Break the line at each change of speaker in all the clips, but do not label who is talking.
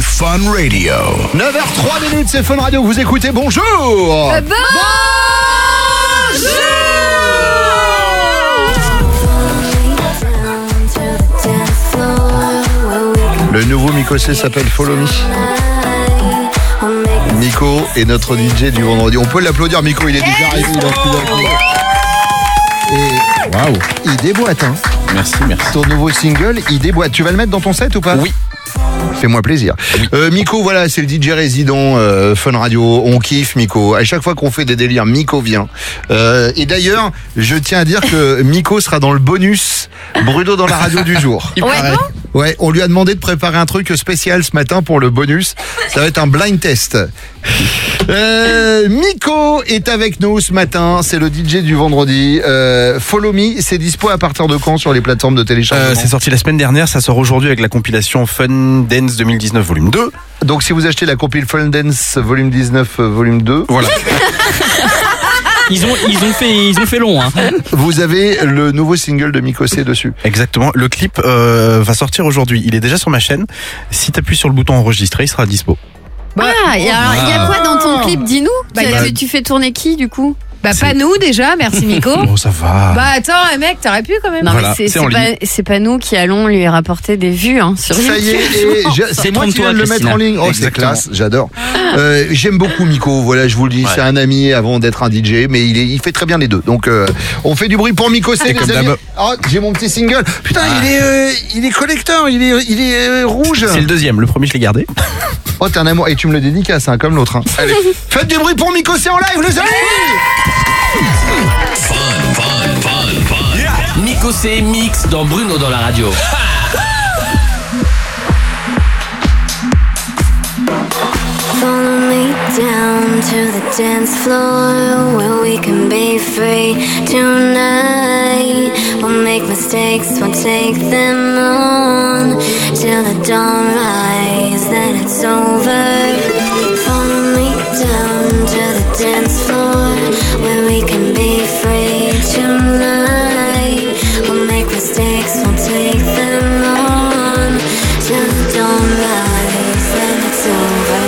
Fun Radio.
9h03 minutes, c'est Fun Radio, vous écoutez, bonjour
Euh, bon-
Le nouveau Mikosé s'appelle Follow Me. Nico est notre DJ du vendredi. On peut l'applaudir, Nico, il est déjà arrivé. il a pris la clé. Et
Waouh.
il déboîte, hein.
Merci, merci.
Ton nouveau single, il déboîte. Tu vas le mettre dans ton set ou pas
Oui.
Fais-moi plaisir. Euh, Miko, voilà, c'est le DJ résident euh, Fun Radio. On kiffe Miko. À chaque fois qu'on fait des délires, Miko vient. Euh, et d'ailleurs, je tiens à dire que Miko sera dans le bonus Bruno dans la radio du jour.
Il
Ouais, paraît.
Ouais, on lui a demandé de préparer un truc spécial ce matin pour le bonus. Ça va être un blind test. Euh, Miko est avec nous ce matin. C'est le DJ du vendredi. Euh, Follow Me, c'est dispo à partir de quand sur les plateformes de téléchargement
Euh, c'est sorti la semaine dernière, ça sort aujourd'hui avec la compilation Fun Dance 2019 volume 2.
Donc si vous achetez la compile Fun Dance volume 19, euh, volume 2,
Voilà.
Ils ont, ils ont fait, ils ont fait long. Hein.
vous avez le nouveau single de Mikosé dessus.
Exactement. Le clip euh, va sortir aujourd'hui. Il est déjà sur ma chaîne. Si t'appuies sur le bouton enregistrer, il sera dispo.
Bah,
Ah, il y, a- il y a quoi dans
Ah.
ton clip Dis-nous. Tu- tu, tu fais tourner qui du coup
Bah pas nous déjà, merci Miko.
Oh, ça va.
bah attends, eh, mec, t'aurais pu quand même.
Non,
Voilà,
mais c'est-
c'est en
c'est
ligne.
pas, c'est pas nous qui allons lui rapporter des vues hein, sur
Ça y
YouTube.
est, et je- c'est moi qui
Trompe-toi,
viens de le mettre
Christina.
en ligne. Oh, c'est
Exactement.
classe, j'adore. Euh, J'aime beaucoup Miko, voilà, je vous le dis,
Ouais.
c'est un ami avant d'être un DJ, mais il, est- il fait très bien les deux. Donc, euh, on fait du bruit pour Miko, c'est
Et
les
comme
amis.
d'hab.
Oh, j'ai mon petit single. Putain, il est, euh, il est collecteur, il est, il est euh, rouge.
C'est le deuxième. Le premier, je l'ai gardé.
Oh, t'es un amour. Et tu me le dédicaces, hein, comme l'autre. hein. Allez, faites du bruit pour Miko, c'est en live, les amis.
Nico C mix dans Bruno dans la radio.
Follow me down to the dance floor where we can be free tonight. We'll make mistakes, we'll take them on till the dawn rise that it's over. Follow me down to the dance floor where we can be free tonight. We'll make mistakes, we'll take them on till the dawn rise and it's over.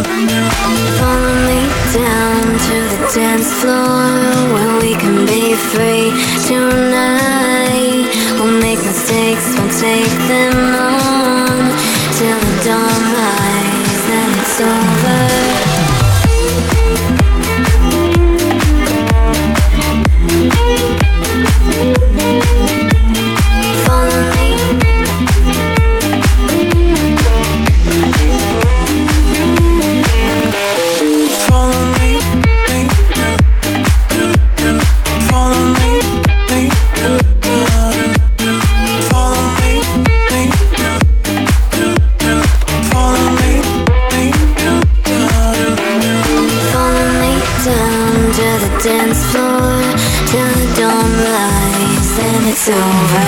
Follow me down to the dance floor where we can be free tonight. We'll make mistakes, we'll take them on till the dawn lies and it's over. Follow me Follow me down to the dance floor till the dawn rise and it's over.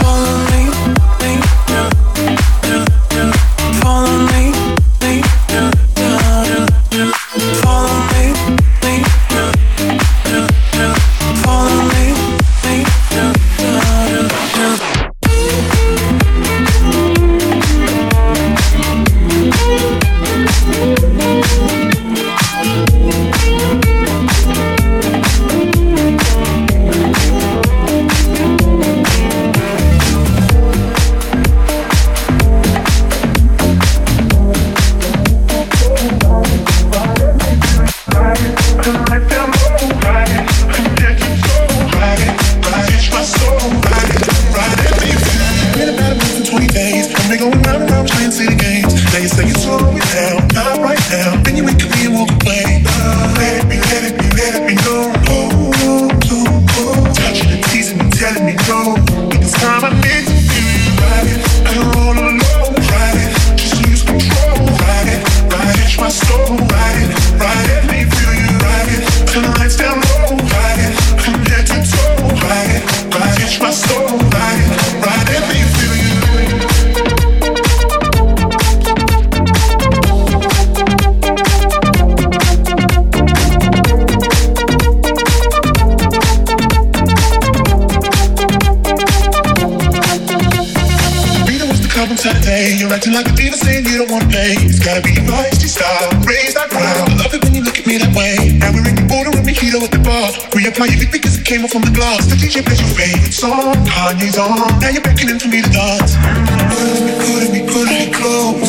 Follow me, me, follow me, me, follow me, me, follow me, me.
Soul, ride it, ride it, me feel you, ride it. Turn the lights down low, ride it. From head to toe, ride it, ride it, my soul, ride it, ride it, me feel you. Acting like a diva saying you don't wanna play. It's gotta be your feisty style. Raise that crowd. I love it when you look at me that way. Now we're in the border with Mojito at the bar. Reapply your lip because it came off on the glass. The DJ plays your favorite song. Kanye's on. Now you're beckoning for me to dance. Couldn't be, couldn't be close.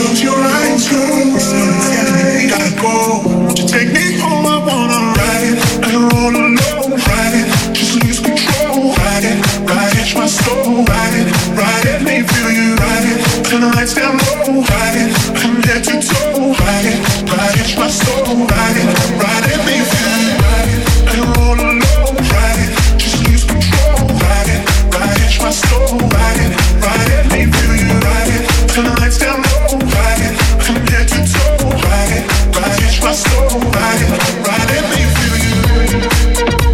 Close your eyes, close. I gotta go. Won't you take me home? I wanna ride it. I don't wanna know. Ride it. Just lose control. Ride it. Ride it. My soul. Ride it. Ride it. Make me feel you. Ride it. Turn the lights down low. Ride it. I'm there to toe. Ride it. Ride it. My soul. Ride it. Ride it. Make me feel you. Ride it. I don't wanna know. Ride it. Just lose control. Ride it. Ride it. My soul. Ride it. Ride it. Make me feel you. Ride it. Turn the lights down low. Ride it. I'm there to toe. Ride it. Ride it. My soul. Ride it. Ride it. Make me feel you.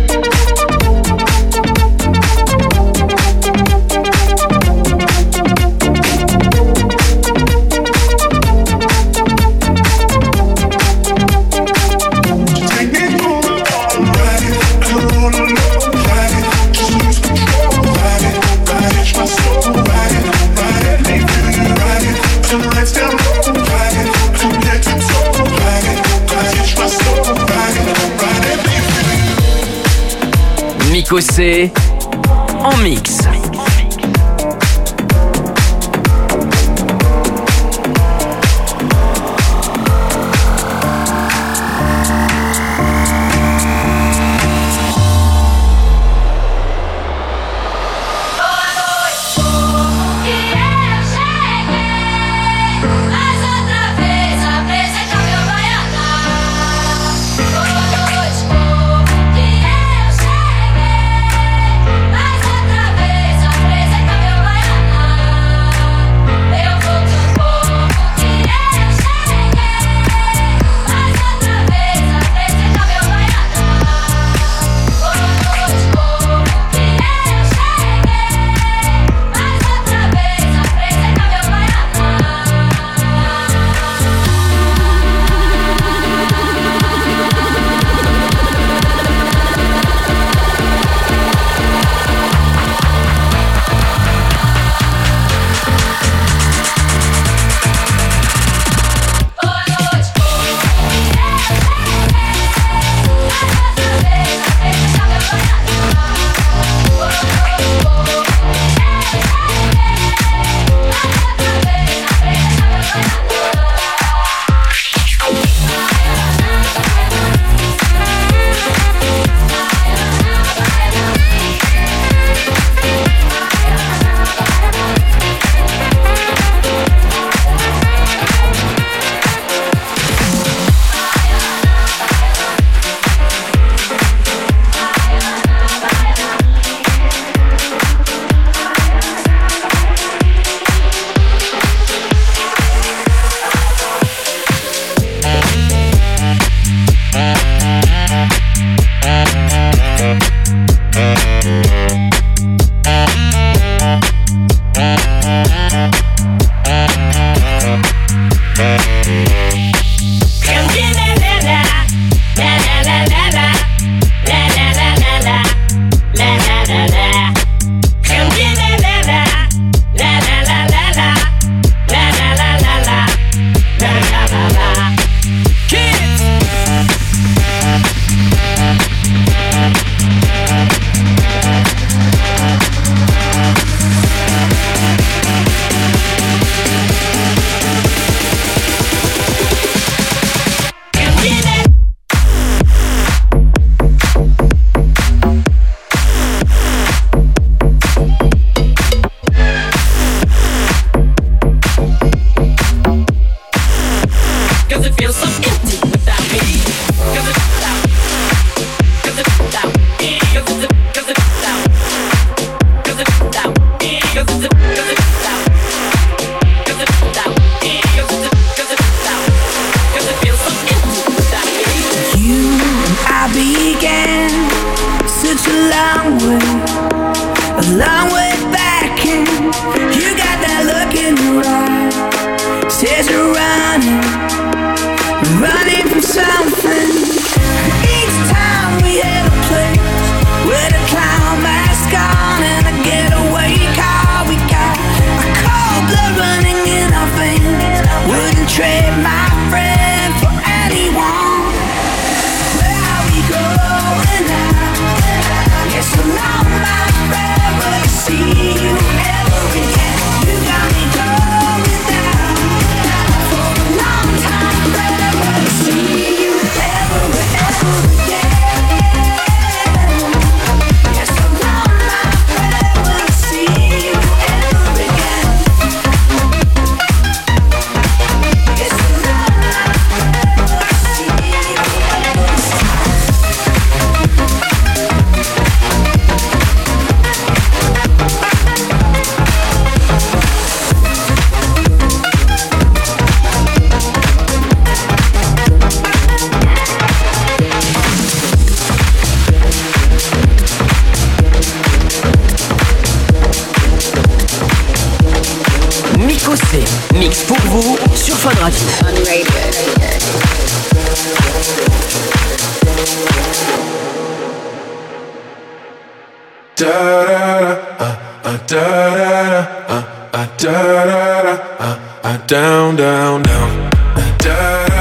Take me home, I wanna ride it. I don't wanna know, ride it. Just lose control, ride it. Ride it, my soul, ride it. Ride it, make me feel you, ride it. Turn the lights down low, ride it. From head to toe, ride it. Ride it, my soul, ride it. Ride it, make me feel you.
Miko C en mix.
Cause it feels so empty without me. Cause it's without. Cause it's without. Cause it's cause it's without. Cause it's without. Cause it's cause it's without. Cause it's without. Cause it's cause it's without. Cause it feels so empty without me.
You, I began such a long way, a long way back. And you got that look in your eye, says you're running, running from something. Each time we hit a place with a clown mask on and a getaway car, we got a cold blood running in our trade my friend for anyone. Where are we going now? Yes, alone, my friend, will I see you ever again? You got me going down for a long time, friend, will I see you ever, ever again? Yes, alone, my friend, will I see you ever again? Yes, alone, my friend, will I see you ever again?
Miko C, mix pour vous sur Fun Radio.
Down, down, down.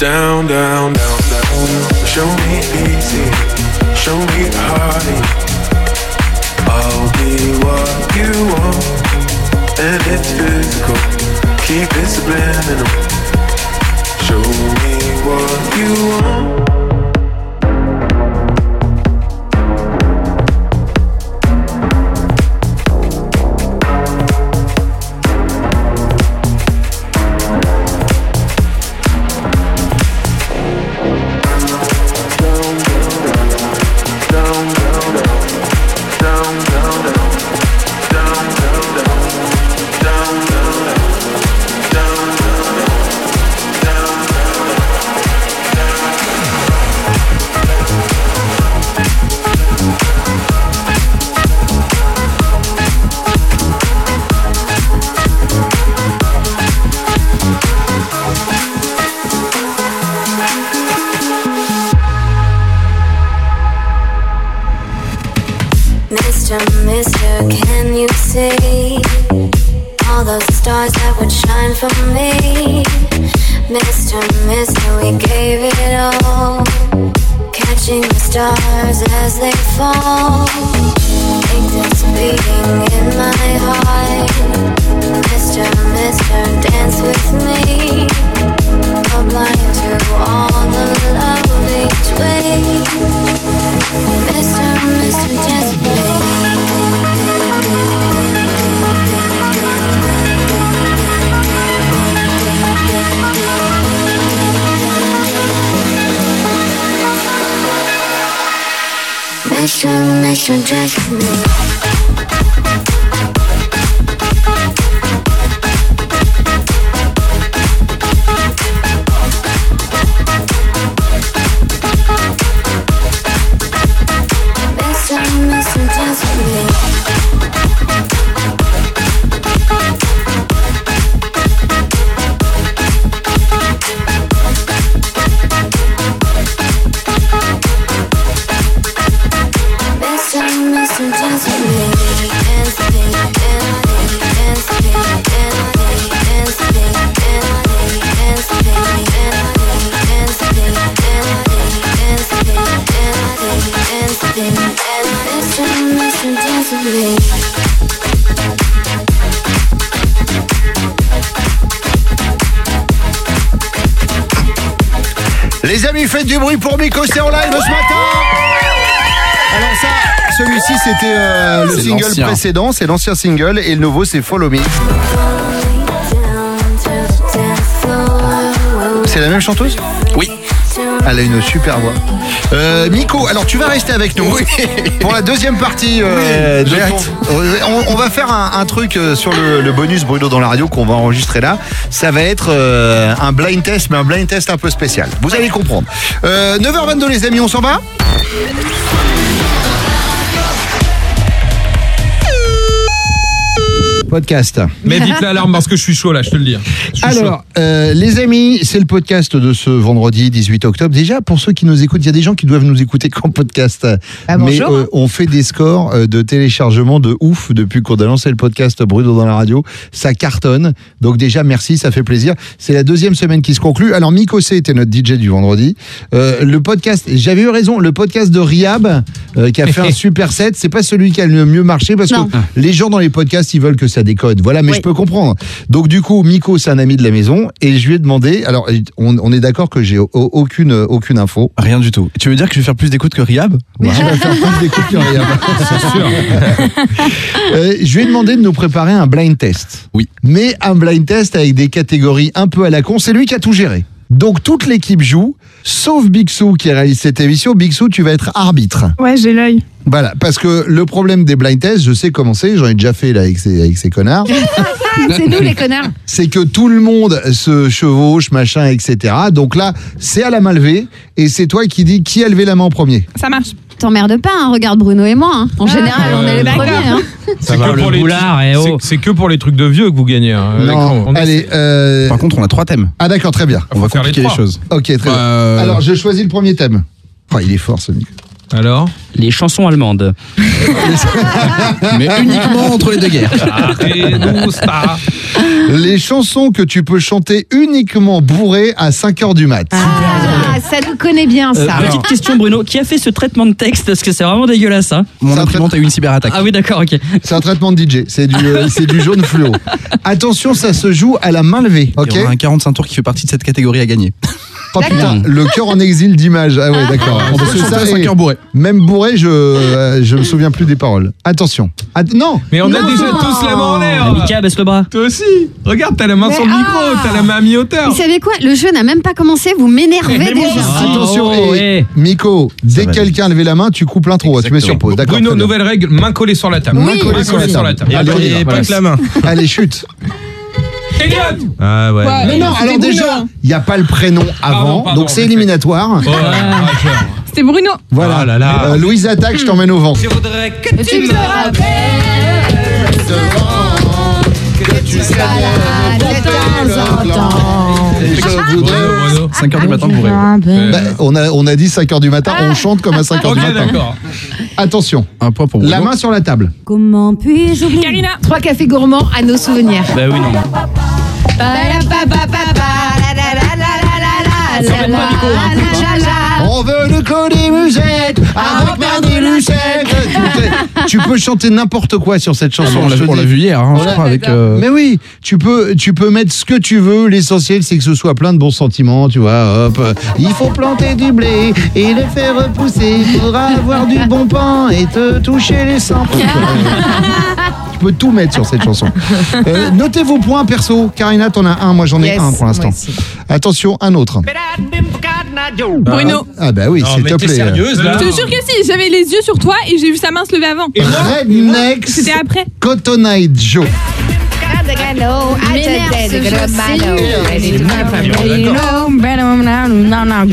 Down, down, down, down. Show me easy, show me hardy. I'll be what you want, and it's physical. Keep it subliminal. Show me what you want.
Mister, mister, can you see all those stars that would shine for me? Mister, mister, we gave it all, catching the stars as they fall. Take this beating in my heart. Mister, mister, dance with me. Go blind to all the love each way. Mister, mister, dance with me. Mister, mister, dance with me. Mister, mister, dance with me. Mister, mister, dance with me. Dance with me, dance with me, dance with me, dance with me, dance with me, dance with me, dance with me, dance with me, dance with me, dance with me, dance with me. Mister, mister, dance with me.
Les amis, faites du bruit pour Miko, c'est en live ce matin Alors ça, celui-ci c'était euh, le
C'est
single
l'ancien.
précédent, c'est l'ancien single, et le nouveau c'est Follow Me. C'est la même chanteuse
Oui.
Elle a une super voix. Euh, Miko, alors tu vas rester avec nous pour la deuxième partie. euh,
Oui, j'ai
de
hâte.
ton- on, on va faire un, un truc euh, sur le, le bonus Bruno dans la radio qu'on va enregistrer là. Ça va être euh, un blind test, mais un blind test un peu spécial. Vous allez comprendre. Euh, 9h22 les amis, on s'en va Podcast.
Ah,
Mais vite l'alarme parce que je suis chaud là, je te le dis. Je suis
Alors, euh, les amis, c'est le podcast de ce vendredi 18 octobre. Déjà, pour ceux qui nous écoutent, il y a des gens qui doivent nous écouter qu'en podcast. Mais
bonjour.
euh, on fait des scores euh, de téléchargement de ouf depuis qu'on a lancé le podcast Bruno dans la radio. Ça cartonne. Donc déjà, merci, ça fait plaisir. C'est la deuxième semaine qui se conclut. Alors, Miko C était notre DJ du vendredi. Euh, le podcast, j'avais eu raison, le podcast de Riab euh, qui a fait un super set, c'est pas celui qui a le mieux marché parce
Non.
que les gens dans les podcasts, ils veulent que ça décode. Voilà, mais je peux comprendre. Donc du coup, Miko, c'est un ami de la maison et je lui ai demandé. Alors, on, on est d'accord que j'ai au- aucune aucune info.
Rien du tout. Tu veux dire que je vais faire plus d'écoute que Riab
Ouais, on va faire plus d'écoute que Riab. Euh, je lui ai demandé de nous préparer un blind test. Oui. Mais un blind test avec des catégories un peu à la con, c'est lui qui a tout géré. Donc toute l'équipe joue, sauf Bixou qui réalise cette émission. Bixou, tu vas être arbitre.
Ouais, j'ai l'œil.
Voilà, parce que le problème des blind tests, je sais comment c'est, j'en ai déjà fait là avec ces, avec ces connards.
C'est nous les connards.
c'est que tout le monde se chevauche, machin, etc. Donc là, c'est à la main levée et c'est toi qui dis qui a levé la main en premier.
Ça marche.
T'emmerdes pas, hein, regarde Bruno et moi. hein. En
Ah.
général, on est les
d'accord.
premiers. hein.
C'est
va,
que,
le
pour les-
boulard, eh,
c'est-
oh.
c'est que pour les trucs de vieux que vous gagnez. hein,
Non,
d'accord. On est-
allez. euh,
Par contre, on a trois thèmes.
Ah d'accord, très bien.
On va
faire les
compliquer les,
trois.
choses.
Ok, très bien.
Euh,
Alors, je choisis le premier thème. Oh, il est fort ce mec.
Alors
Les chansons allemandes.
Mais uniquement entre les deux guerres.
Arrête-nous, ça.
Les chansons que tu peux chanter uniquement bourré à 5h du mat.
Ah, ça nous connaît bien
Euh,
ça.
petite question, Bruno. Qui a fait ce traitement de texte Parce que c'est vraiment dégueulasse. hein.
Mon
Ça
imprimante a eu une cyberattaque.
Ah oui, d'accord, ok.
C'est un traitement de DJ, c'est du, euh, c'est du jaune fluo. Attention, ça se joue à la main levée, ok
Il y aura un 45 tours qui fait partie de cette catégorie à gagner.
Oh putain, le cœur en exil d'image. Ah ouais, d'accord.
On peut
Parce que
chanter
ça,
à 5
et
heures bourré.
Même bourré, je, euh, je me souviens plus des paroles. Attention. Att- non
Mais on a déjà tous la main en l'air.
Mika, baisse le bras.
Toi aussi. Regarde, t'as la main sur le micro, t'as la main Eh, à mi-hauteur.
Vous ah. savez quoi Le jeu n'a même pas commencé, vous m'énervez déjà.
Attention,
oh,
et
eh.
Miko, dès que
va
quelqu'un a levé la main, tu coupes l'intro, tu mets sur pause. D'accord.
Bruno,
très bien.
nouvelle règle, main collée sur la table.
Oui.
Main collée sur la, sur la table.
Allez, on y va.
la main.
Allez, chute.
Elliot Ah ouais.
Mais non, alors déjà, il n'y a pas le prénom avant,
Pardon, pardon,
donc c'est
mais-
éliminatoire.
Oh, ah, genre.
C'était Bruno.
Voilà.
Ah là là.
Euh, Louise attaque, je t'emmène au vent.
Tu me
Et je voudrais-
Bruno, Bruno.
5 heures du matin bourré.
Euh,
Bah, on, a, on a dit 5h du matin, on chante comme à 5h
Ok,
du matin.
d'accord.
Attention,
Un point pour Bruno.
la main sur la table.
Comment puis-je oublier
Karina.
Trois cafés gourmands à nos souvenirs.
Bah oui, non.
On veut le colis musette avec Mardi Lucette. Tu peux chanter n'importe quoi sur
Ah,
cette chanson.
on l'a
je te
on l'a
dis.
vu hier, hein, je crois, avec. euh,
Mais oui, tu peux, tu peux mettre ce que tu veux. L'essentiel, c'est que ce soit plein de bons sentiments, tu vois. Hop, il faut planter du blé et le faire repousser pour avoir du bon pain et te toucher les sangs. Tu peux tout mettre sur cette chanson. Euh, notez vos points perso. Karina, t'en as un. Moi, j'en ai
Yes,
un pour l'instant.
moi aussi.
Attention, un autre.
Bruno.
Ah bah oui,
Non,
s'il
mais
te
t'es
plaît.
sérieuse là
Je te jure que si, j'avais les yeux sur toi et j'ai vu sa main se lever avant.
Rednex
C'était après.
Cotton Eye Joe.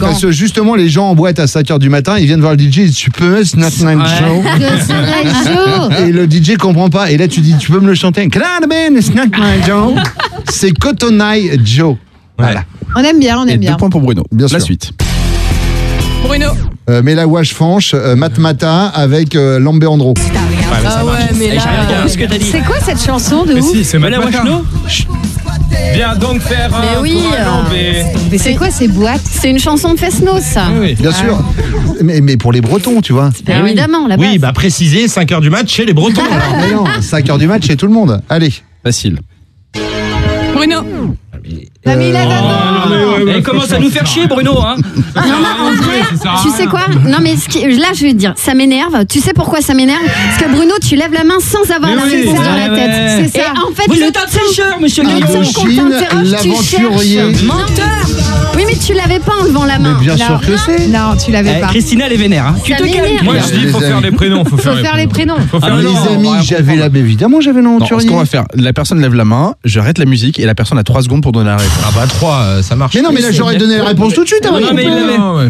Parce que justement, les gens en boîte à 5h du matin, ils viennent voir le DJ, ils disent, tu peux mettre Snap Night Joe Et le DJ comprend pas. Et là, tu dis, tu peux me le chanter Claro, man, Snap Night Joe. C'est Cotton Eye Joe. Voilà.
On aime bien, on
Et
aime
deux
bien.
points pour Bruno.
Bien
la
sûr.
suite.
Bruno.
Euh, Mela Wash Fanche, euh, Matmata avec euh, Lambé Andro.
Ah ouais, mais
J'ai rien
là.
compris ce que t'as dit.
C'est quoi cette chanson de
Mais
ouf
si, c'est
Mais la
Matt Matin.
Wachno
Viens donc faire un
Mais oui,
tour à
euh,
Lambé.
Mais c'est quoi ces boîtes
C'est une chanson de Fesnos, ça.
Oui.
Bien sûr. Mais, mais pour les Bretons, tu vois.
Bah, Évidemment, la base.
bah préciser 5h du match chez les Bretons.
Mais non, 5h du match, c'est tout le monde. Allez.
Facile.
Bruno.
bah,
Non, Ah, mais il
euh,
a
Elle commence à nous faire chier, Bruno. Hein.
bah.
Tu sais quoi Non mais ce qui- là je vais te dire, ça m'énerve. Tu sais pourquoi ça m'énerve Parce que Bruno, tu lèves la main sans avoir
Mais
la
oui,
réponse
ouais,
dans la tête.
ouais.
C'est ça. Et en fait,
Vous
le
êtes un
temps-
tricheur, monsieur
le
Guillaume.
temps qu'on
Indochine,
t'interroge, tu
l'aventurier.
cherches.
Menteur.
Oui mais tu l'avais pas en levant la
Mais
main.
bien
Là,
sûr que c'est.
Non, tu l'avais
Eh,
pas.
Christina, elle est vénère. hein.
ça m'énerve.
Moi je dis, faut
Les
faire
amis.
les prénoms. Faut
Faut faire les prénoms.
Faut faire hein.
Ah,
les
non,
les
prénoms.
amis,
on va
j'avais la. mais Évidemment, j'avais
Non, ce
l'aventurier.
qu'on va faire, la personne lève la main, j'arrête la musique et la personne a 3 secondes pour donner la réponse.
Ah bah 3, ça marche.
Mais non, mais là, j'aurais donné la réponse tout de suite. hein.
Non, mais il l'avait.
Non, ouais.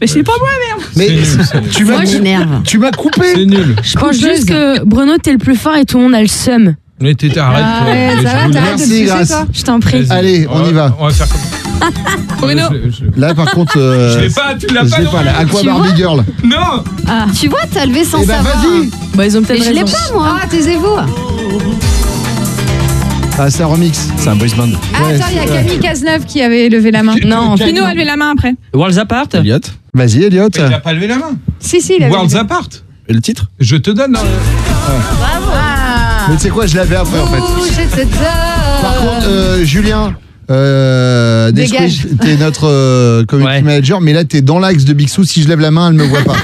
Mais c'est pas moi, merde.
Mais
C'est nul, c'est
tu m'as
Moi j'énerve.
tu m'as
C'est
coupé.
nul.
Je pense juste que Bruno, t'es le plus fort et tout le monde a le seum.
Mais t'es- arrête.
Ah
toi.
ouais,
Mais
ça
je
va,
vous le
t'arrêtes de
dis.
le
Ah,
sucer, Merci, toi Grace. Je t'en prie.
Vas-y.
Allez, on y va.
On va faire comme
Bruno.
Là, par contre, euh,
Je l'ai pas, Bah, tu l'as
je
pas
l'ai
non
là.
plus.
À quoi
Tu
Barbie
vois
Girl
Non
Tu vois, t'as levé sans
Eh ben,
savoir.
hein.
vas-y.
Bah, ils ont peut-être
Mais je l'ai
raison.
pas, moi.
Ah, taisez-vous.
Ah, c'est un remix.
C'est un boys band.
Ah, attends, il y a Camille Cazeneuve qui avait levé la main.
Non,
Pino a levé la main après.
Worlds Apart
Elliot.
Vas-y, Elliot.
Il a pas levé la main.
Si, si, il avait.
Worlds Apart
Et le titre
Je te donne. hein.
Ah.
Mais tu sais quoi, je l'avais après, en fait.
Oh,
Par contre, euh, Julien. Euh,
Dégage.
Nesquik, T'es notre euh, community manager, mais là t'es dans l'axe de Bixou. Si je lève la main, elle me voit pas.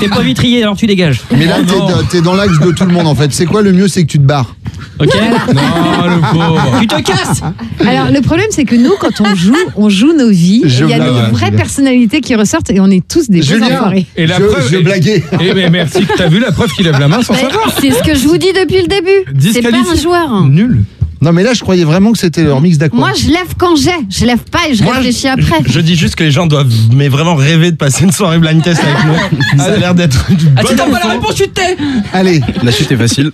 T'es pas vitrier, alors tu dégages.
Mais là
Oh
t'es
non.
dans- t'es dans l'axe de tout le monde en fait. C'est quoi le mieux, c'est que tu te barres.
Ok
Non, le pauvre.
Tu te casses
Alors, le problème, c'est que nous, quand on joue, on joue nos vies.
Je
Il y a
blague,
des
ouais,
vraies
Julien.
personnalités qui ressortent et on est tous des beaux
Julien,
enfoirés.
Et la
je,
preuve-
je blaguais.
Eh mais merci que t'as vu la preuve qu'il lève la main sans
Mais
savoir.
C'est ce que je vous dis depuis le début. C'est pas un
Disqualifié.
joueur.
Nul.
Non mais là je croyais vraiment que c'était leur mix d'accord.
Moi, je lève quand j'ai. Je lève pas et je
Moi,
réfléchis après.
Je dis juste que les gens doivent mais vraiment rêver de passer une soirée blind test avec nous. Ça a l'air d'être du
Ah, si
bon
t'as pas la réponse, tu te tais
Allez,
La chute est facile.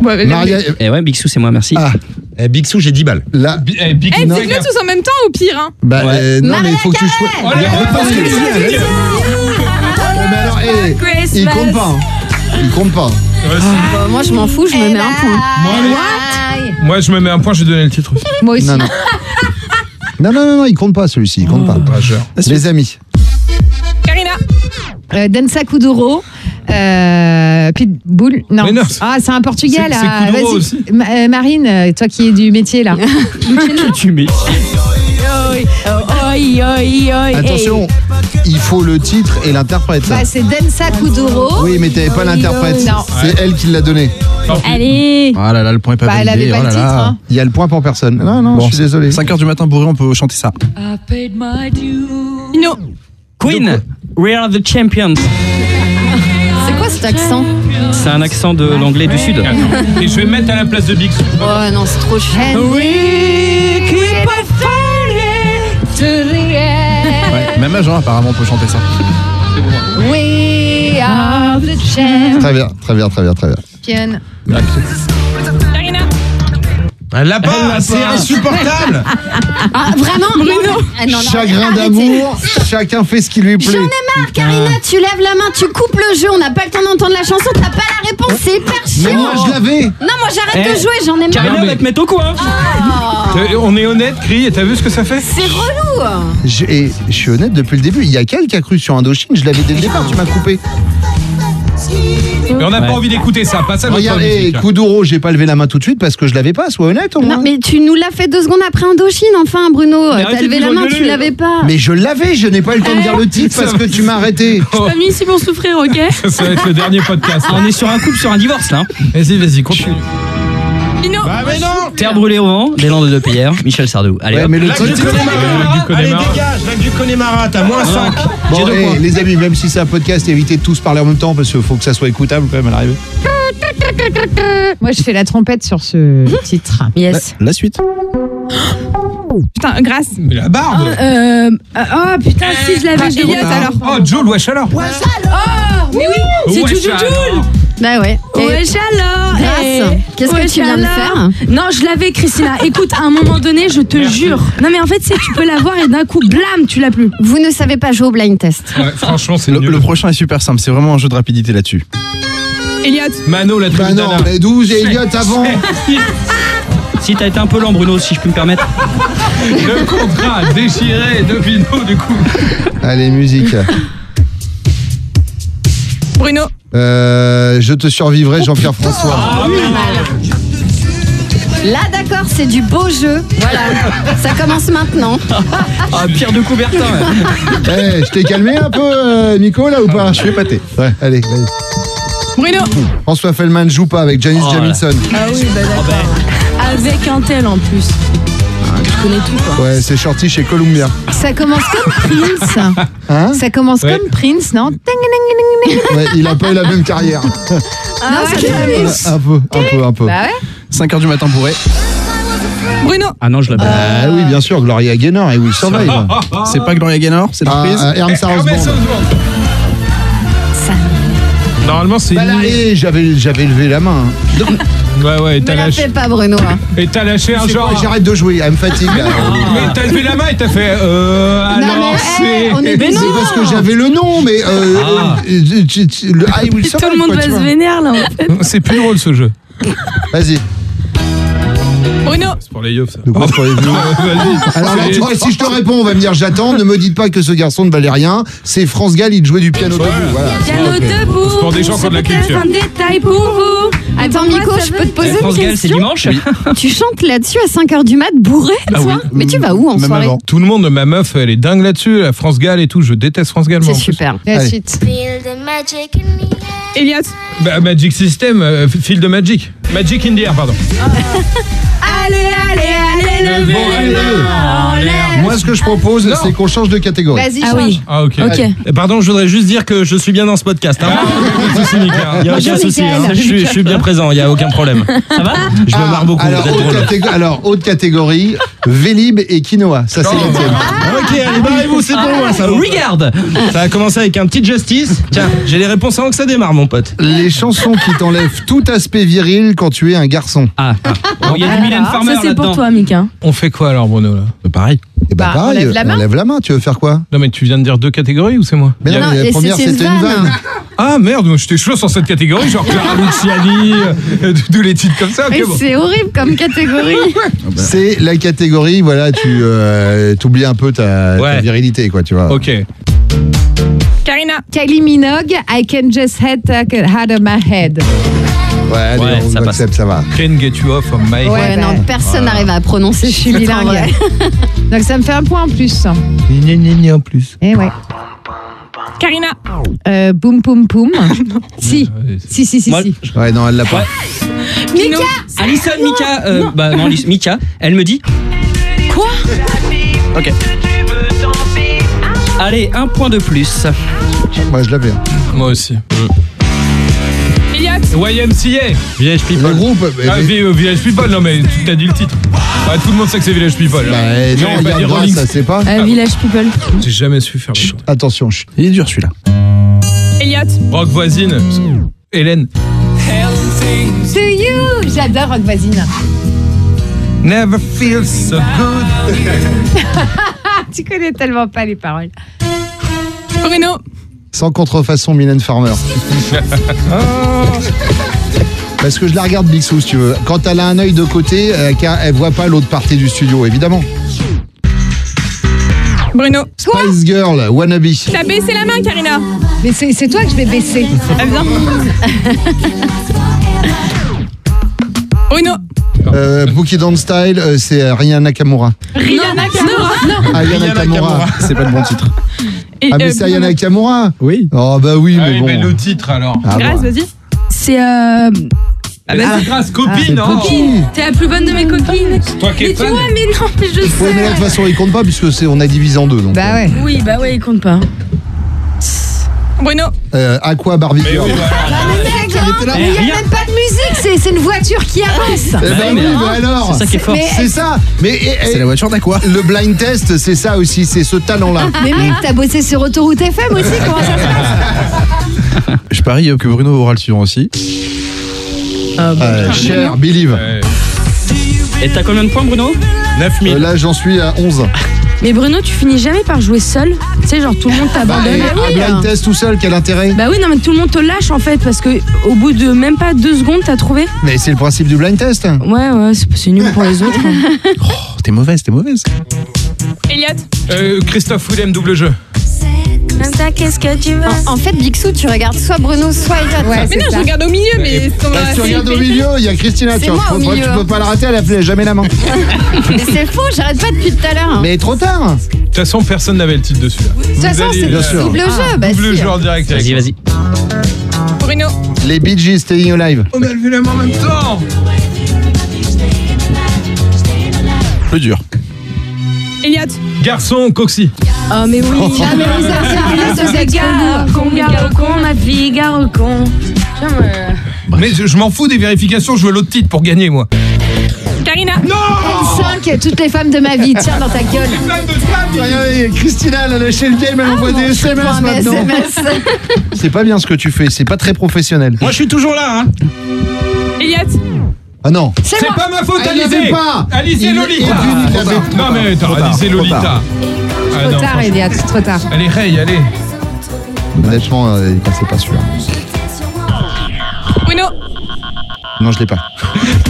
Ouais, mais-
Maria,
Eh ouais, Bixou, c'est moi, merci.
ah,
Eh, Big Sou, j'ai 10 balles.
là,
Bi- eh, Big
Eh,
Mac.
dites-le tous en même temps, au pire. hein.
bah,
Ouais.
euh, non
Maria
mais il faut que tu choisis.
Oh, les
Mais parce que
repas,
tu dis,
c'est-
allez. Ouais, mais alors, eh, il compte pas. hein. Il compte pas.
Ouais, c'est-
Bah, moi, je m'en fous, je me mets un point.
Moi, mais- Moi, je me mets un point, je vais donner le titre aussi.
Moi aussi.
Ah,
Non non. non non non non, il compte pas celui-ci. Il compte pas.
Rageur.
Les amis.
Karina.
Euh, Dansa Kuduro. Euh, Pitbull. Non.
Mais non.
Ah, c'est un portugais
C'est-
là.
c'est Kuduro
Vas-y.
aussi.
Ma- euh, Marine, euh, toi qui es du métier là.
Tu mets.
Attention, il faut le titre et
Eh,
l'interprète.
Bah, c'est Dansa Kuduro.
Oui, mais t'avais pas l'interprète.
Non.
C'est elle qui l'a donné.
Allez.
Ah là là, le point est pas
Bah, elle
validé.
avait pas le
oh là
titre.
là.
hein.
Il y a le point pour personne. Non, non,
Bon,
je suis désolé.
5 heures du matin bourré, on peut chanter ça.
Pino.
Queen, We Are the Champions.
C'est quoi cet accent
C'est un accent de l'anglais du sud.
Attends. Et je vais me mettre à la place de Big Sou.
Oh non, c'est trop chiant.
Ouais, même agent, apparemment, on peut chanter ça.
We are the champion.
Très bien, très bien, très bien, très bien.
Karina.
Un lapin, c'est insupportable.
Ah, vraiment Bruno
Chagrin d'amour, chacun fait ce qui lui plaît.
J'en ai marre, Karina, tu lèves la main, tu coupes le jeu, on n'a pas le temps d'entendre la chanson, t'as pas la réponse, c'est hyper
Mais
chiant.
moi, je l'avais.
Non, moi j'arrête
Eh,
de jouer, j'en ai marre.
Karina
mais-
va te mettre au coin.
Euh, On est honnête, crie, et t'as vu ce que ça fait
C'est relou.
Je, et je suis honnête depuis le début. Il y a quelqu'un qui a cru sur Indochine. Je l'avais dès le départ. Tu m'as coupé.
Mais on n'a
Ouais.
pas envie d'écouter ça, pas ça notre
Regardez,
musique. hein.
Kuduro, eh, j'ai pas levé la main tout de suite parce que je l'avais pas. Sois honnête au moins.
Non, mais tu nous l'as fait deux secondes après Indochine, enfin, Bruno. euh, T'as
arrêtez de
levé la
vous
main,
engueuler.
tu l'avais pas.
Mais je l'avais. Je n'ai pas eu le temps de dire le titre parce que tu m'as arrêté.
Famille, si vont souffrir, ok
Ça va être le dernier podcast. hein.
On est sur un couple, sur un divorce là.
Vas-y, vas-y, continue.
Pino.
mais non
Terre brûlée au vent, des Landes de Pierre, Michel Sardou. Allez,
Ouais,
hop.
mais le
Lac du
titre.
Lac du
Connemara. Allez,
Connemara. Ah.
dégage, lac du Connemara, t'as moins 5.
Bon, eh, les amis, même si c'est un podcast, évitez de tous parler en même temps parce qu'il faut que ça soit écoutable quand même à l'arrivée.
Moi, je fais la trompette sur ce titre.
Yes.
La suite.
Bah
Putain, grâce.
Mais la barbe
Euh, oh putain, si je l'avais, Elliot alors.
Oh, Joe, wesh alors
Mais oui, c'est
Wesh
Juju Jul.
alors.
Bah ouais.
Eh,
Et-
Wesh alors
Grâce,
eh.
qu'est-ce que
Wesh
tu viens de
alors. Non, je l'avais, Christina. Écoute, à un moment donné, je te jure. Non, mais en fait, c'est tu peux l'avoir et d'un coup, blam, tu l'as plus.
Vous ne savez pas jouer au blind test.
Ouais, Franchement, c'est
Le,
nul.
le prochain est super simple, c'est vraiment un jeu de rapidité là-dessus.
Elliot.
Mano, la
Bah
tribu
non,
d'Anna.
mais 12 et Elliot avant.
Si t'as été un peu lent, Bruno, si je puis me permettre.
Le contrat déchiré de Pino, du coup.
Allez, musique.
Bruno.
Euh, je te survivrai, Jean-Pierre François.
Ah
Ah
Là, d'accord, c'est du beau jeu. Voilà. Ça commence maintenant.
Ah, Pierre de Coubertin. ouais.
Eh, je t'ai calmé un peu, euh, Nico, là ou pas Je suis épaté. Ouais, allez, vas-y.
Bruno.
François Fellman joue pas avec Janice
Oh,
Jamison.
Ah oui, bah d'accord. Avec un tel en plus. Je connais tout, quoi.
Ouais, c'est sorti chez Columbia.
Ça commence comme Prince.
Hein
Ça commence
Ouais.
comme Prince, non Ding, ding, ding, ding.
Ouais, il a pas eu la même carrière.
Ah,
Non, ça commence-
un peu, un peu, un peu.
Bah ouais.
5 heures du matin bourré.
Bruno.
Ah non, je l'avais.
Ah oui, bien sûr, Gloria Gaynor et Will Survive. Ah,
C'est pas Gloria Gaynor, c'est la
ah,
prise.
Hermes
Ah, mais
Armstrong.
ça, on se voit. Normalement, c'est.
Bah là, et j'avais, j'avais levé la main.
Ouais, ouais, et
Ne
t'as
la
lâché.
fais pas, Bruno. hein.
Et t'as lâché un
C'est
genre.
quoi, J'arrête de jouer, elle me fatigue. là.
Mais t'as levé la main et t'as fait. Euh.
Non,
Alors,
mais,
c'est.
eh, on est des- c'est parce que j'avais le nom, mais euh,
Ah.
euh, tu- tu- tu- le I will
Tout
survive,
le monde
quoi,
va
tu
se
vois.
vénère là.
C'est plus drôle ce jeu.
Vas-y.
Bruno
C'est pour les yeux, ça.
quoi, pour les yeux
Vas-y.
Alors là,
C'est-
tu vois, si je te réponds, on va me dire j'attends. Ne me dites pas que ce garçon ne valait rien. C'est France Gall, il jouait du piano debout. Voilà.
Piano debout.
C'est pour des gens qui ont de la
C'est peut-être
culture.
Un détail pour vous.
Attends, Nico, je peux te
Eh,
poser une question Tu chantes là-dessus à 5h du mat, bourré,
Ah
toi
oui.
Mais tu vas où en
Même
soirée
avant. Tout le monde, ma meuf, elle est dingue là-dessus. La France Gall et tout, je déteste France Gall. C'est
super.
La
suite.
Elias.
Bah, Magic System, euh, Field de Magic. Magic India, pardon.
Allez, allez, allez, levez les mains en l'air.
Moi, ce que je propose,
Non.
c'est qu'on change de catégorie.
Vas-y, Ah oui. change.
Ah ok.
Ok.
Et Pardon, je voudrais juste dire que je suis bien dans ce podcast. hein. Pas de souci, Mika. Il y a aucun
Bonjour,
souci.
Mickaël.
hein. Je, suis, je suis bien présent, il n'y a aucun problème. Ça va Je me marre beaucoup.
Ah, Alors
vous êtes
haute,
drôle.
catég- alors, haute catégorie, Vélib et Quinoa. Ça, c'est le thème.
Ah, Ok, allez, barrez-vous, c'est pour moi ça. Regarde Ça a commencé avec un petit justice. Tiens, j'ai les réponses avant que ça démarre, mon pote.
Les chansons qui t'enlèvent tout aspect viril quand tu es un garçon.
Ah,
il y a du Mylène Farmer
Ça, c'est pour
là-dedans.
toi, Mika.
On fait quoi alors, Bruno là
Pareil.
Et bah,
Bah, on
pareil,
lève la main.
Tu veux faire quoi
Non, mais tu viens de dire deux catégories ou c'est moi
Mais non, Non, mais la et première, c'était une c'était une vanne. vanne.
Ah merde, moi, j'étais chaud sur cette catégorie, genre Clara Luciani, euh, tous les titres comme ça. ok,
Mais
bon.
c'est horrible comme catégorie.
C'est la catégorie, voilà, tu euh, t'oublies un peu ta, ta virilité, quoi, tu vois.
Ok.
Karina. Kylie Minogue, I can just head out of my head.
Ouais, allez, on accepte, ça va.
Can get you off of my
Ouais,
Ouais, non, personne n'arrive à prononcer. Je suis
bilingue. Donc ça me fait un point en plus.
Ni, ni, ni en plus.
Eh ouais. Karina. Euh, boum, boum, boum. si. si. Si, si, si.
Ouais, non, elle l'a pas.
Mika
Alison, Mika, euh, bah non, Alice- Mika, elle me dit.
Quoi
Ok. Allez, un point de plus.
Moi, je l'avais. hein.
Moi aussi.
Elliot.
YMCA.
Village People.
Le groupe. eh ben,
Ah, vi- euh, Village People, non mais tu t'as dit le titre. Bah, tout le monde sait que c'est Village People.
Bah,
J'aurais
non,
pas
il y a
dit
un droit,
Rolling
ça, c'est pas.
Eh.
Euh, Village People.
J'ai jamais su faire. Chut,
attention, chut.
Il est dur celui-là.
Elliot.
Rock voisine. Hélène.
To you J'adore Rock Voisine.
Never feels so good.
tu connais tellement pas les paroles.
Bruno.
Sans contrefaçon, Mylène Farmer. Ah. Parce que je la regarde, Bixou, si tu veux. Quand elle a un œil de côté, euh, qu'elle- elle voit pas l'autre partie du studio, évidemment.
Bruno.
Spice Girl, Wannabe.
T'as baissé la main, Karina.
Mais c'est c'est toi que je vais baisser.
Ah bien. Bruno.
Euh, Bookie Down Style, euh, c'est euh, Rihanna Nakamura.
Rihanna Non.
Ah, Ayana Nakamura. C'est pas le bon titre. ah,
euh,
mais c'est Ayana Nakamura Oui. Oh, bah oui, mais bon.
Ah Mais le titre alors.
Ah, bon.
vas-y. C'est euh...
Ah, bah, c'est grâce, copine,
Ah, c'est
hein.
Cookie.
T'es la plus bonne de mes copines.
Toi qui es
Ah, Mais tu
fan.
vois, mais non, mais je sais.
Ouais, mais là, de toute façon, il compte pas, puisque c'est, on a divisé en deux. Donc.
Bah ouais. Oui, bah ouais, il compte pas. Bruno.
Euh, Aqua Barbie Girl.
Ah,
Mais
Eh,
il n'y a même pas de musique, c'est- c'est une voiture qui avance.
Eh ben oui, mais alors
C'est ça qui est fort. Mais-
C'est ça Mais c'est la voiture d'Aqua. Le blind test, c'est ça aussi, c'est ce talent-là.
Mais mec, t'as bossé sur Autoroute FM aussi, comment ça se passe
Je parie euh, que Bruno aura le suivant aussi.
Euh, cher, believe.
Et t'as combien de points, Bruno
9000.
Euh, là, j'en suis à 11.
Ah,
Mais Bruno, tu finis jamais par jouer seul. Tu sais, genre tout le monde t'abandonne.
Bah, un
hein.
blind test tout seul, quel intérêt
Bah oui, non, mais tout le monde te lâche en fait parce que au bout de même pas deux secondes, t'as trouvé.
Mais c'est le principe du blind test.
Ouais, ouais, c'est c'est nul pour les autres. hein.
Oh, t'es mauvaise, t'es mauvaise.
Elliot.
Euh, Christophe Willem, double jeu.
qu'est-ce que tu veux
Ah,
En fait, Bixou, tu regardes soit Bruno, soit Elliot.
Mais non, je regarde au milieu, mais c'est
Bah, si tu regardes au milieu, il y a Christina,
C'est
tu, vois,
moi au
tu peux-
milieu.
tu peux pas la rater, elle a fait jamais la main.
Mais c'est faux, j'arrête pas depuis tout à l'heure.
Mais trop tard
De toute façon, personne n'avait le titre de celui-là.
De toute façon, c'est double jeu. Bah,
euh, Double
si.
jeu en direct. Vas-y,
vas-y.
Bruno.
Les Bee Gees, Staying Alive.
On a levé la main en même temps.
Plus dur.
Elliot.
Garçon, Coxy.
Oh, mais oui.
Ah, mais vous avez regardé ce sexe
Gare au con, gare Ah, au con, ma fille, gare au con. Tiens, mais-
Mais je, je m'en fous des vérifications, je veux l'autre titre pour gagner, moi.
Karina.
N5, toutes les femmes de ma vie, tiens dans ta gueule.
Regardez, Ah, Christina, elle a lâché le
Ah
game, elle envoie des SMS maintenant. C'est pas bien ce que tu fais, c'est pas très professionnel.
Moi, je suis toujours là. Hein.
Elliot.
Ah non.
C'est C'est moi. pas ma faute,
Elle
Alizé.
l'avait pas.
Alizé
Il-
Lolita.
il a dû- il l'avait-
Non mais attends,
Trop tard,
Alizé
trop
Lolita.
tard.
Ah
trop
non,
tard,
franchement.
Elliot, trop tard.
Allez, Ray, allez.
Honnêtement, euh, non, c'est pas celui-là.
Ah.
Bruno.
Non, je l'ai pas.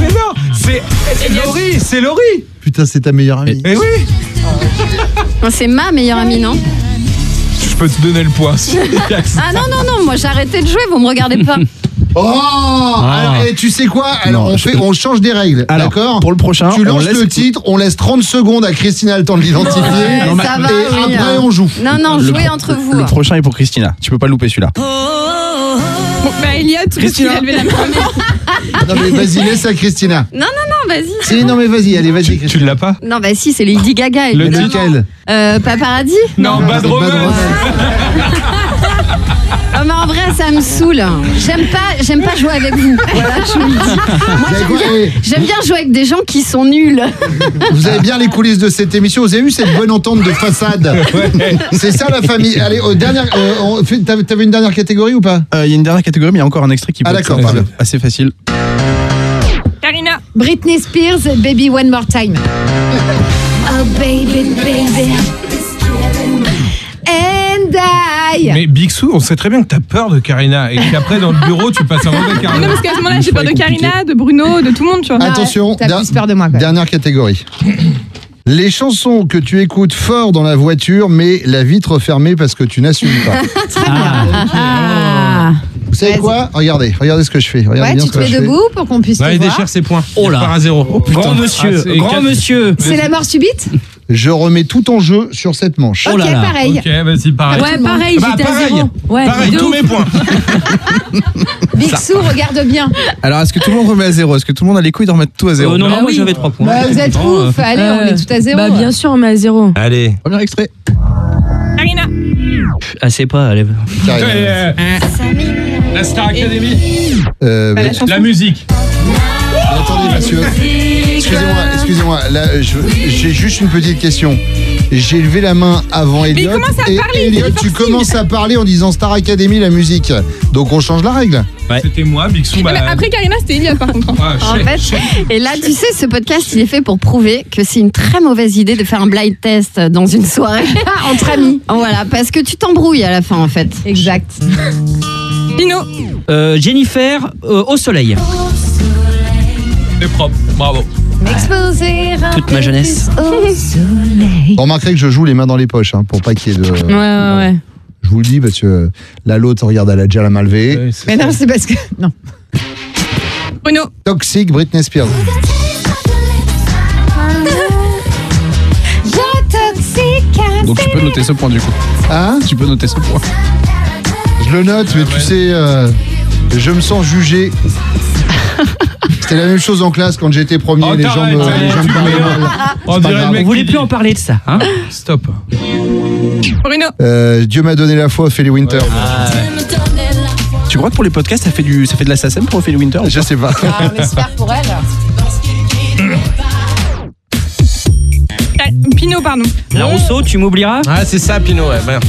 Mais non, c'est c'est Laurie, c'est Laurie.
Putain, c'est ta meilleure amie.
Eh
Mais oui.
C'est ma meilleure amie, non
Je peux te donner le poids.
Ah non, non, non, moi j'ai arrêté de jouer, vous me regardez pas.
Oh Alors, eh, tu sais quoi Alors, on, fait, on change des règles, d'accord Pour le prochain, tu
on
lances
laisse-
le titre, on laisse 30 secondes à Christina le temps de l'identifier.
Ouais,
et
ça va, oui,
après,
hein.
on joue.
Non, non,
Le
jouez
pro-
entre vous.
Le prochain est pour Christina. Tu peux pas louper celui-là.
Bon, bah, Elliot,
Christina.
il a levé la main.
Non, mais vas-y, laisse à Christina.
Non, non, non, vas-y.
Ah, Si, non, mais vas-y, allez, vas-y. Tu,
l'as pas
Non, bah si, c'est Lady Gaga.
Le
évidemment.
nickel.
Euh, Paparazzi
Non, pas de romance.
Ah, mais en vrai, ça me saoule. J'aime pas, j'aime pas jouer avec vous. Voilà, je vous le dis. Moi, j'aime bien, j'aime bien jouer avec des gens qui sont nuls.
Vous avez bien les coulisses de cette émission. Vous avez eu cette bonne entente de façade. C'est ça la famille. Allez, au dernier, euh, on fait- t'avais t'avais une dernière catégorie ou pas
Euh, Il y a une dernière catégorie, mais il y a encore un extrait qui
Ah,
peut
d'accord,
être
pardon.
assez facile.
Karina.
Britney Spears, Baby One More Time.
Oh baby, baby.
And I.
Mais Bixou, on sait très bien que t'as peur de Karina et qu'après dans le bureau tu passes un mauvais quart
Non, parce qu'à ce moment-là, j'ai peur de Karina, de Bruno, de tout le monde, tu vois.
Ah
Attention, der- dernière catégorie. Les chansons que tu écoutes fort dans la voiture, mais la vitre fermée parce que tu n'assumes pas. Vous savez quoi Regardez, regardez ce que je fais. Regardez
Ouais,
bien
tu
ce
te
que je
mets
fais.
debout pour qu'on puisse te
il
voir.
déchire ses points.
Oh là.
Il part à zéro.
Grand monsieur,
Ah, c'est
grand
quatre-
monsieur.
C'est la mort subite
Je remets tout en jeu sur cette manche.
Ok,
là là.
pareil.
Ok, vas-y, pareil.
Ouais, pareil,
Bah,
j'étais à
pareil.
zéro. Ouais,
Pareil,
de
tous
ouf.
mes points.
Bixou, regarde bien.
Alors, est-ce que tout le monde remet à zéro Est-ce que tout le monde a les couilles de remettre tout à zéro
Euh, non, non,
Ah
moi
oui.
j'avais 3 points.
Bah, vous êtes
Bon, euh,
ouf. Allez, on est tout à zéro.
Bah, bien sûr, on met à zéro.
Allez,
Premier extrait.
Karina.
assez Ah, pas, allez.
Carré.
Euh, La Star Academy.
Euh, mais-
La musique.
mais
Oh,
attendez, monsieur. Excusez-moi, excusez-moi. Là, euh, je- j'ai juste une petite question. J'ai levé la main avant Elliot.
commence à
et
parler,
Elliot,
c'est
tu
facile.
commences à parler en disant Star Academy, la musique. Donc on change la règle.
C'était moi, Bixou.
Non, mais
bah,
après Karina, c'était Elliot, par contre.
ah,
hein. En
chef.
fait, et là, tu sais, ce podcast, il est fait pour prouver que c'est une très mauvaise idée de faire un blind test dans une soirée Ah, entre amis. Voilà, parce que tu t'embrouilles à la fin, en fait.
Exact. Pino.
Euh, Jennifer euh, au soleil.
C'est propre. Bravo.
Exposer.
Toute ma jeunesse.
Vous remarquerez que je joue les mains dans les poches hein, pour pas qu'il y ait de.
Ouais, ouais, ouais.
Je vous le dis parce que là, l'autre, regarde, elle a déjà la main levée.
Mais non,
c'est parce que. Non.
Bruno.
Toxic Britney Spears.
Donc, tu peux noter ce point du coup.
Hein
Tu peux noter ce point.
Je le note, mais tu sais, euh, je me sens jugé. C'était la même chose en classe quand j'étais premier.
Oh,
les gens
t'arrête,
me,
allez,
les gens me
tu
parlaient
fais
mal. pas
On dirait
grave.
le mec.
On voulait
qui
plus
dit-
en parler de ça, hein
Stop.
Bruno.
Euh, Dieu m'a donné la foi, Philly Winter.
Tu crois que pour les podcasts, ça fait, du, ça fait de la SACEM pour Ophélie Winter ou
Je
pas
sais pas.
on espère pour elle.
Ta- euh, Pino, pardon.
La Rousseau, tu m'oublieras
Ah, c'est ça, Pinot. Ouais, merde.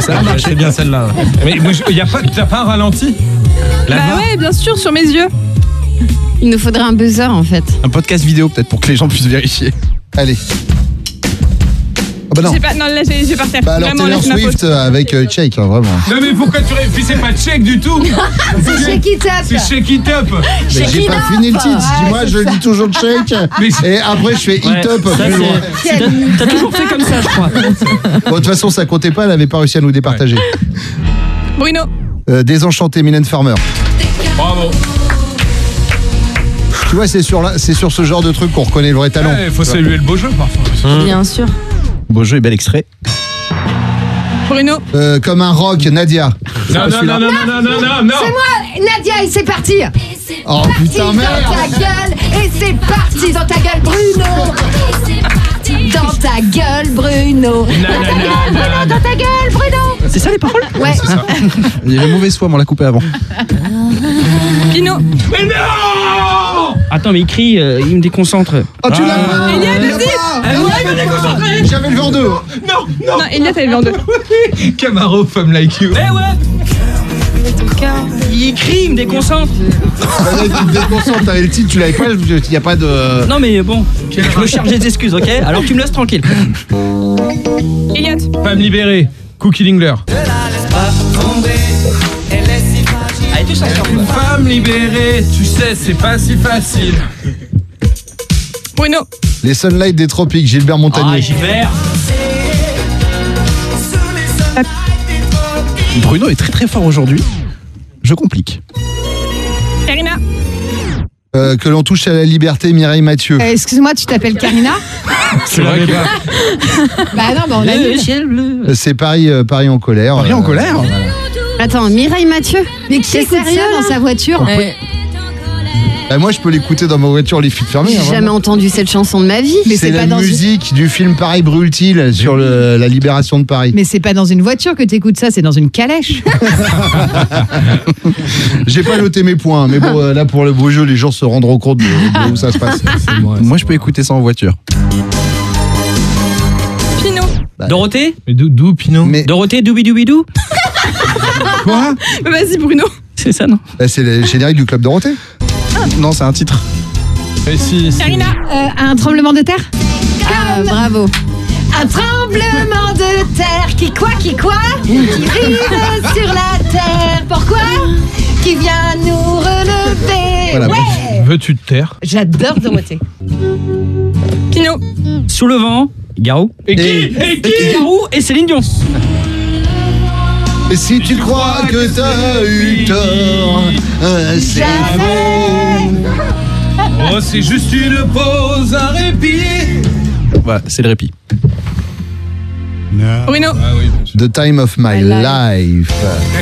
ça a marché bien celle-là.
Mais moi, je- y a pas, t'as pas un ralenti
Bah ouais, bien sûr, sur mes yeux.
Il nous faudrait un buzzer, en fait.
Un podcast vidéo peut-être pour que les gens puissent vérifier.
Allez. Ah bah non.
J'ai pas, non, là, j'ai j'ai par terre.
Bah alors
Vraiment, là,
Taylor
c'est ma
Swift
faute.
euh, avec euh, Check, hein, vraiment.
Non mais pourquoi tu ré- Puis c'est pas check du tout.
C'est Shake It
C'est
Up.
shake it up.
Mais j'ai
it
pas
up.
fini le titre.
Ouais,
Dis-moi, je dis toujours Check.
Mais c'est-
Et après, je fais
Ouais,
Hit Up.
ça,
plus
c'est-
loin.
c'est- t'as- T'as toujours fait comme ça, je crois.
Bon, de toute façon, ça comptait pas, elle avait pas réussi à nous départager.
Bruno.
Euh, Désenchanté, Mylène Farmer.
Bravo.
Tu vois, c'est sur, la- c'est sur ce genre de truc qu'on reconnaît le vrai talent.
Il Eh, faut saluer le beau jeu parfois.
Mmh.
Bien sûr.
Beau jeu et bel extrait.
Bruno.
Euh, comme un rock, Nadia.
Non non non non non non non non.
C'est moi, Nadia, et c'est parti.
Oh
Parti
putain,
dans
merde
ta gueule, et c'est parti dans ta gueule, Bruno. Dans ta gueule, Bruno. Dans ta gueule, Bruno. Dans ta gueule, Bruno.
C'est ça les paroles
Ouais.
Il y avait mauvaise foi, mais on l'a coupé avant.
Pino.
Mais non
Attends, mais il crie, euh, il me déconcentre.
Oh, tu l'as
Eliane,
Il l'a
vas-y.
pas
Ah,
Il
ouais, mais
l'a pas
déconcentré.
J'avais le vent deux
Non,
non.
Non, Elias, t'avais vu en deux.
Camaro, femme like you.
Eh ouais Il crie, il me déconcentre.
Tu te déconcentres, t'avais le titre, tu l'avais pas, il n'y a pas de...
Non mais bon, je me charger des excuses, ok Alors tu me laisses tranquille.
Eliott.
Femme libérée. Cookie Lingler.
Allez, tous ensemble.
Femme libérée, tu sais, c'est pas si facile.
Bruno.
Les Sunlight des Tropiques, Gilbert Montagnier.
Gilbert
Bruno est très très fort aujourd'hui. Je complique.
Karina.
Euh, que l'on touche à la liberté, Mireille Mathieu.
Euh, Excuse-moi, tu t'appelles Karina
C'est vrai que-
Bah non, bah on a
Le
dit.
ciel bleu.
C'est Paris, euh, Paris en colère. Paris en colère
Euh,
Attends, Mireille Mathieu
Mais qui
T'es
écoute ça
sérieux
dans sa voiture
bah, Moi, je peux l'écouter dans ma voiture, les filles fermées.
J'ai
hein,
jamais
vraiment.
entendu cette chanson de ma vie.
C'est la musique du film Paris brûle-t-il sur le- la libération de Paris.
Mais c'est pas dans une voiture que t'écoutes ça, c'est dans une calèche.
J'ai pas noté mes points, mais bon, euh, là pour le beau jeu, les gens se rendront compte de, de où ça se passe.
Moi, je peux écouter ça en voiture.
Pino.
Dorothée
Mais d'où Pinot
Dorothée, doubi-doubi-dou
Quoi
Vas-y, Bruno.
C'est ça, non
Bah, C'est le générique du Club Dorothée
Ah. Non, c'est un titre.
Mais si, si.
Karina Euh, Un tremblement de terre
Ah, bravo.
Un tremblement de terre qui quoi, qui quoi Qui rive sur la terre, pourquoi Qui vient nous relever
Voilà,
Ouais.
Veux-tu te taire
J'adore Dorothée.
Pino.
Sous le vent, Garou.
Et qui
Et qui Garou et Céline Dion.
Et si tu crois que t'as eu tort, euh, c'est
Oh, c'est juste une pause, un répit.
Voilà, bah, c'est le répit.
Bruno.
The Time of My Life.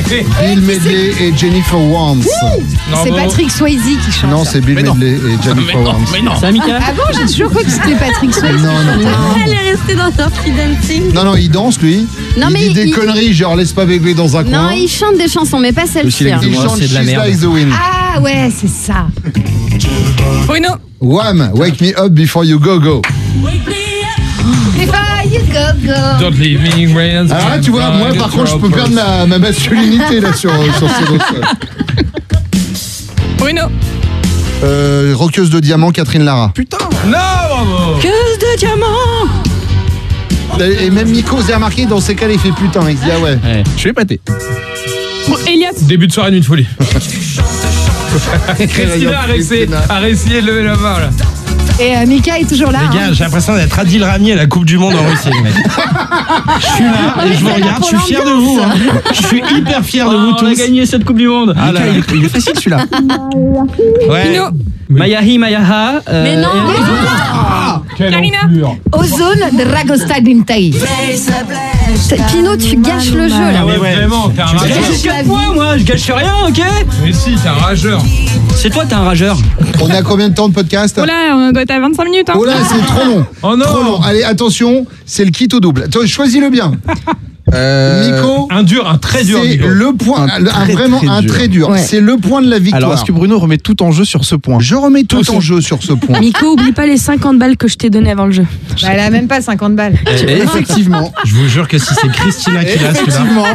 Bill Medley et Jennifer Warnes.
C'est
Ah
Patrick Swayze qui chante.
Non,
ça.
c'est Bill Medley et Jennifer Warnes.
Ah bon, j'ai toujours cru que c'était Patrick Swayze.
Non, non, non.
Elle est restée dans Dirty Dancing.
Non, non, il danse lui.
Non,
il
mais
dit des
il-
conneries, genre laisse pas bébé dans un
Non,
coin.
il chante des chansons, mais pas celle-ci. hein.
Il chante She's Like the Wind.
Ah ouais, c'est ça.
Bruno.
Wham, wake me up before you go go.
Before you go go.
Don't leave me friends.
Alors là, Ah, tu vois, moi par contre, bah, je peux perdre ma, ma masculinité là sur, sur ces deux.
Bruno.
Euh, Roqueuse de diamant, Catherine Lara. Putain.
Non, bravo
Queuse de diamant.
Et même Nico s'est remarqué dans ces cas, il fait putain. Il se dit ah ouais.
Je suis épaté.
Eliott.
Début de soirée, nuit de folie.
Christina
Christina a réessayé de lever la main là.
Et euh, Mika est toujours là.
Les
hein.
gars, j'ai l'impression d'être Adil Rami à la Coupe du Monde en Russie. mec. Je suis là et je vous regarde, je suis fier de vous. hein. Je suis hyper fier de vous
on a
tous.
gagné cette Coupe du Monde.
Ah là,
Il est facile celui-là.
ouais.
Pino.
Mayahi, Mayaha. euh,
Mais non,
et-
Karina.
Ozone Dragostadintai.
Pino, tu gâches le jeu là.
Ah ouais, vraiment, t'es un
Je
rageur.
gâche quatre points, moi, je gâche rien, ok
Mais si, t'es un rageur.
C'est toi, t'es un rageur.
On est à combien de temps de podcast
Oh là, on doit être à 25 minutes. Hein.
Oh là, c'est trop long.
Oh non.
Trop long. Allez, attention, c'est le kit au double. Attends, Choisis-le bien. Nico,
Un dur, un très dur.
c'est
Nico.
le point,
Un
le- un-
très,
vraiment
très
un
dur.
très dur.
Ouais.
C'est le point de la victoire.
Alors, est-ce que Bruno remet tout en jeu sur ce point
Je remets tout en jeu sur ce point.
Nico, oublie pas les 50 balles que je t'ai données avant le jeu.
Bah, elle a même pas 50 balles.
Effectivement.
Je vous jure que si c'est Christina qui l'a celui-là.
Effectivement.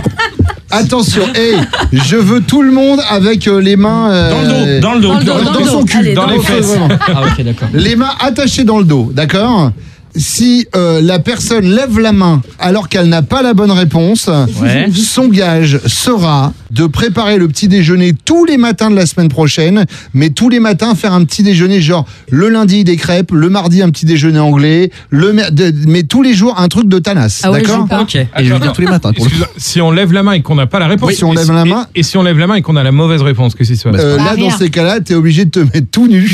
Attention, hey, je veux tout le monde avec euh, les mains euh,
Dans le dos, dans le dos,
dans, dans son cul,
dans, les
le dos,
fesses.
vraiment.
Ah, ok, d'accord.
Les mains attachées dans le dos, d'accord Si euh, la personne lève la main alors qu'elle n'a pas la bonne réponse,
Ouais.
son gage sera de préparer le petit déjeuner tous les matins de la semaine prochaine, mais tous les matins faire un petit déjeuner genre le lundi des crêpes, le mardi un petit déjeuner anglais, le mer- de- mais tous les jours un truc de tanas,
Ah ouais, je
d'accord
joue pas.
Ok.
Et je vais dire tous les matins. pour le-
Excuse-moi, si on lève la main et qu'on n'a pas la réponse.
Oui, si on lève
et
la main-
Et, et si on lève la main et qu'on a la mauvaise réponse, qu'est-ce qui se passe
Euh,
pas
là,
Bah, rien.
dans ces cas-là, t'es obligé de te mettre tout nu.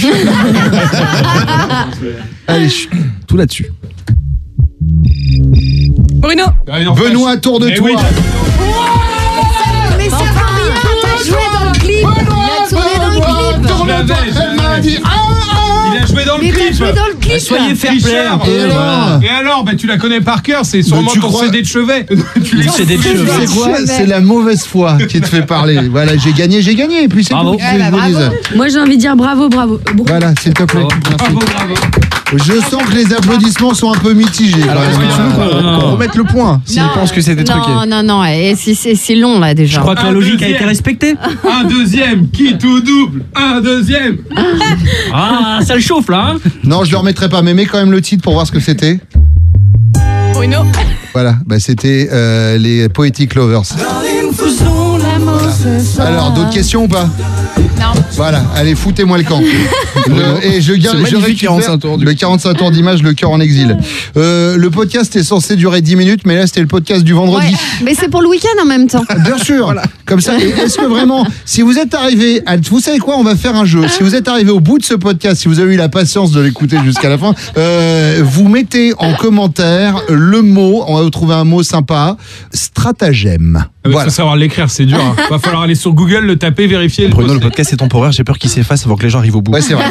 Allez, chut.
Tout là-dessus.
Bruno.
Benoît, tour de
Mais
toi.
oui.
Mais ça va rien, t'as joué dans le clip.
Benoît,
Il a tourné dans le clip.
Benoît, tourne-toi.
Je l'avais, je
Elle m'a
l'avais.
dit, ah, ah,
Il a joué dans le
Mais t'as
clip.
joué dans le clip.
Euh, Soyez fair play.
Richard,
Et
euh,
alors,
voilà.
et alors bah, tu la connais par cœur, c'est sûrement
Bah, tu
ton
crois-
CD de chevet. Tu l'as-
C'est C'est quoi C'est la mauvaise foi qui te fait parler. Voilà, j'ai gagné, j'ai gagné. Et puis c'est tout.
Ah,
Je vous dis ça.
Moi j'ai envie de dire bravo, bravo. Bon.
Voilà, s'il te plaît. Merci. Je sens que les applaudissements sont un peu mitigés. Alors,
est-ce que tu veux qu'on- qu'on
remette le point si
Non,
on pense que c'est des trucs.
Non, non, non, et c'est- c'est c'est long là déjà.
Un deuxième. Un deuxième, qui tout double Un deuxième
Ah, ça le chauffe là Non, je le remettrai pas, mais mets quand même le titre pour voir ce que c'était.
Bruno.
Voilà, bah, c'était euh, les Poetic Lovers.
Faisons l'amour ce soir.
Alors, d'autres questions ou pas
Non.
Voilà, allez, foutez-moi le camp. Le- et je garde
Ce
je
magnifique
récupère Bah,
45 tours
le 45 tours d'image, le cœur en exil. Euh, le podcast est censé durer 10 minutes, mais là, c'était le podcast du vendredi.
Ouais, mais c'est pour le week-end en même temps.
Bien sûr. Comme ça, et est-ce que vraiment, si vous êtes arrivé, à- vous savez quoi, on va faire un jeu. Si vous êtes arrivé au bout de ce podcast, si vous avez eu la patience de l'écouter jusqu'à la fin, euh, vous mettez en commentaire le mot, on va trouver un mot sympa, stratagème.
Ah bah, Ça savoir l'écrire, c'est dur. hein. Va falloir aller sur Google, le taper, vérifier.
Bruno, le podcast est temporaire, j'ai peur qu'il s'efface avant que les gens arrivent au bout.
Ouais, c'est vrai.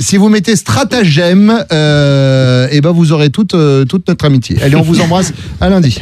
si vous mettez stratagème, euh, eh ben vous aurez toute, euh, toute notre amitié. Allez, on vous embrasse. À lundi.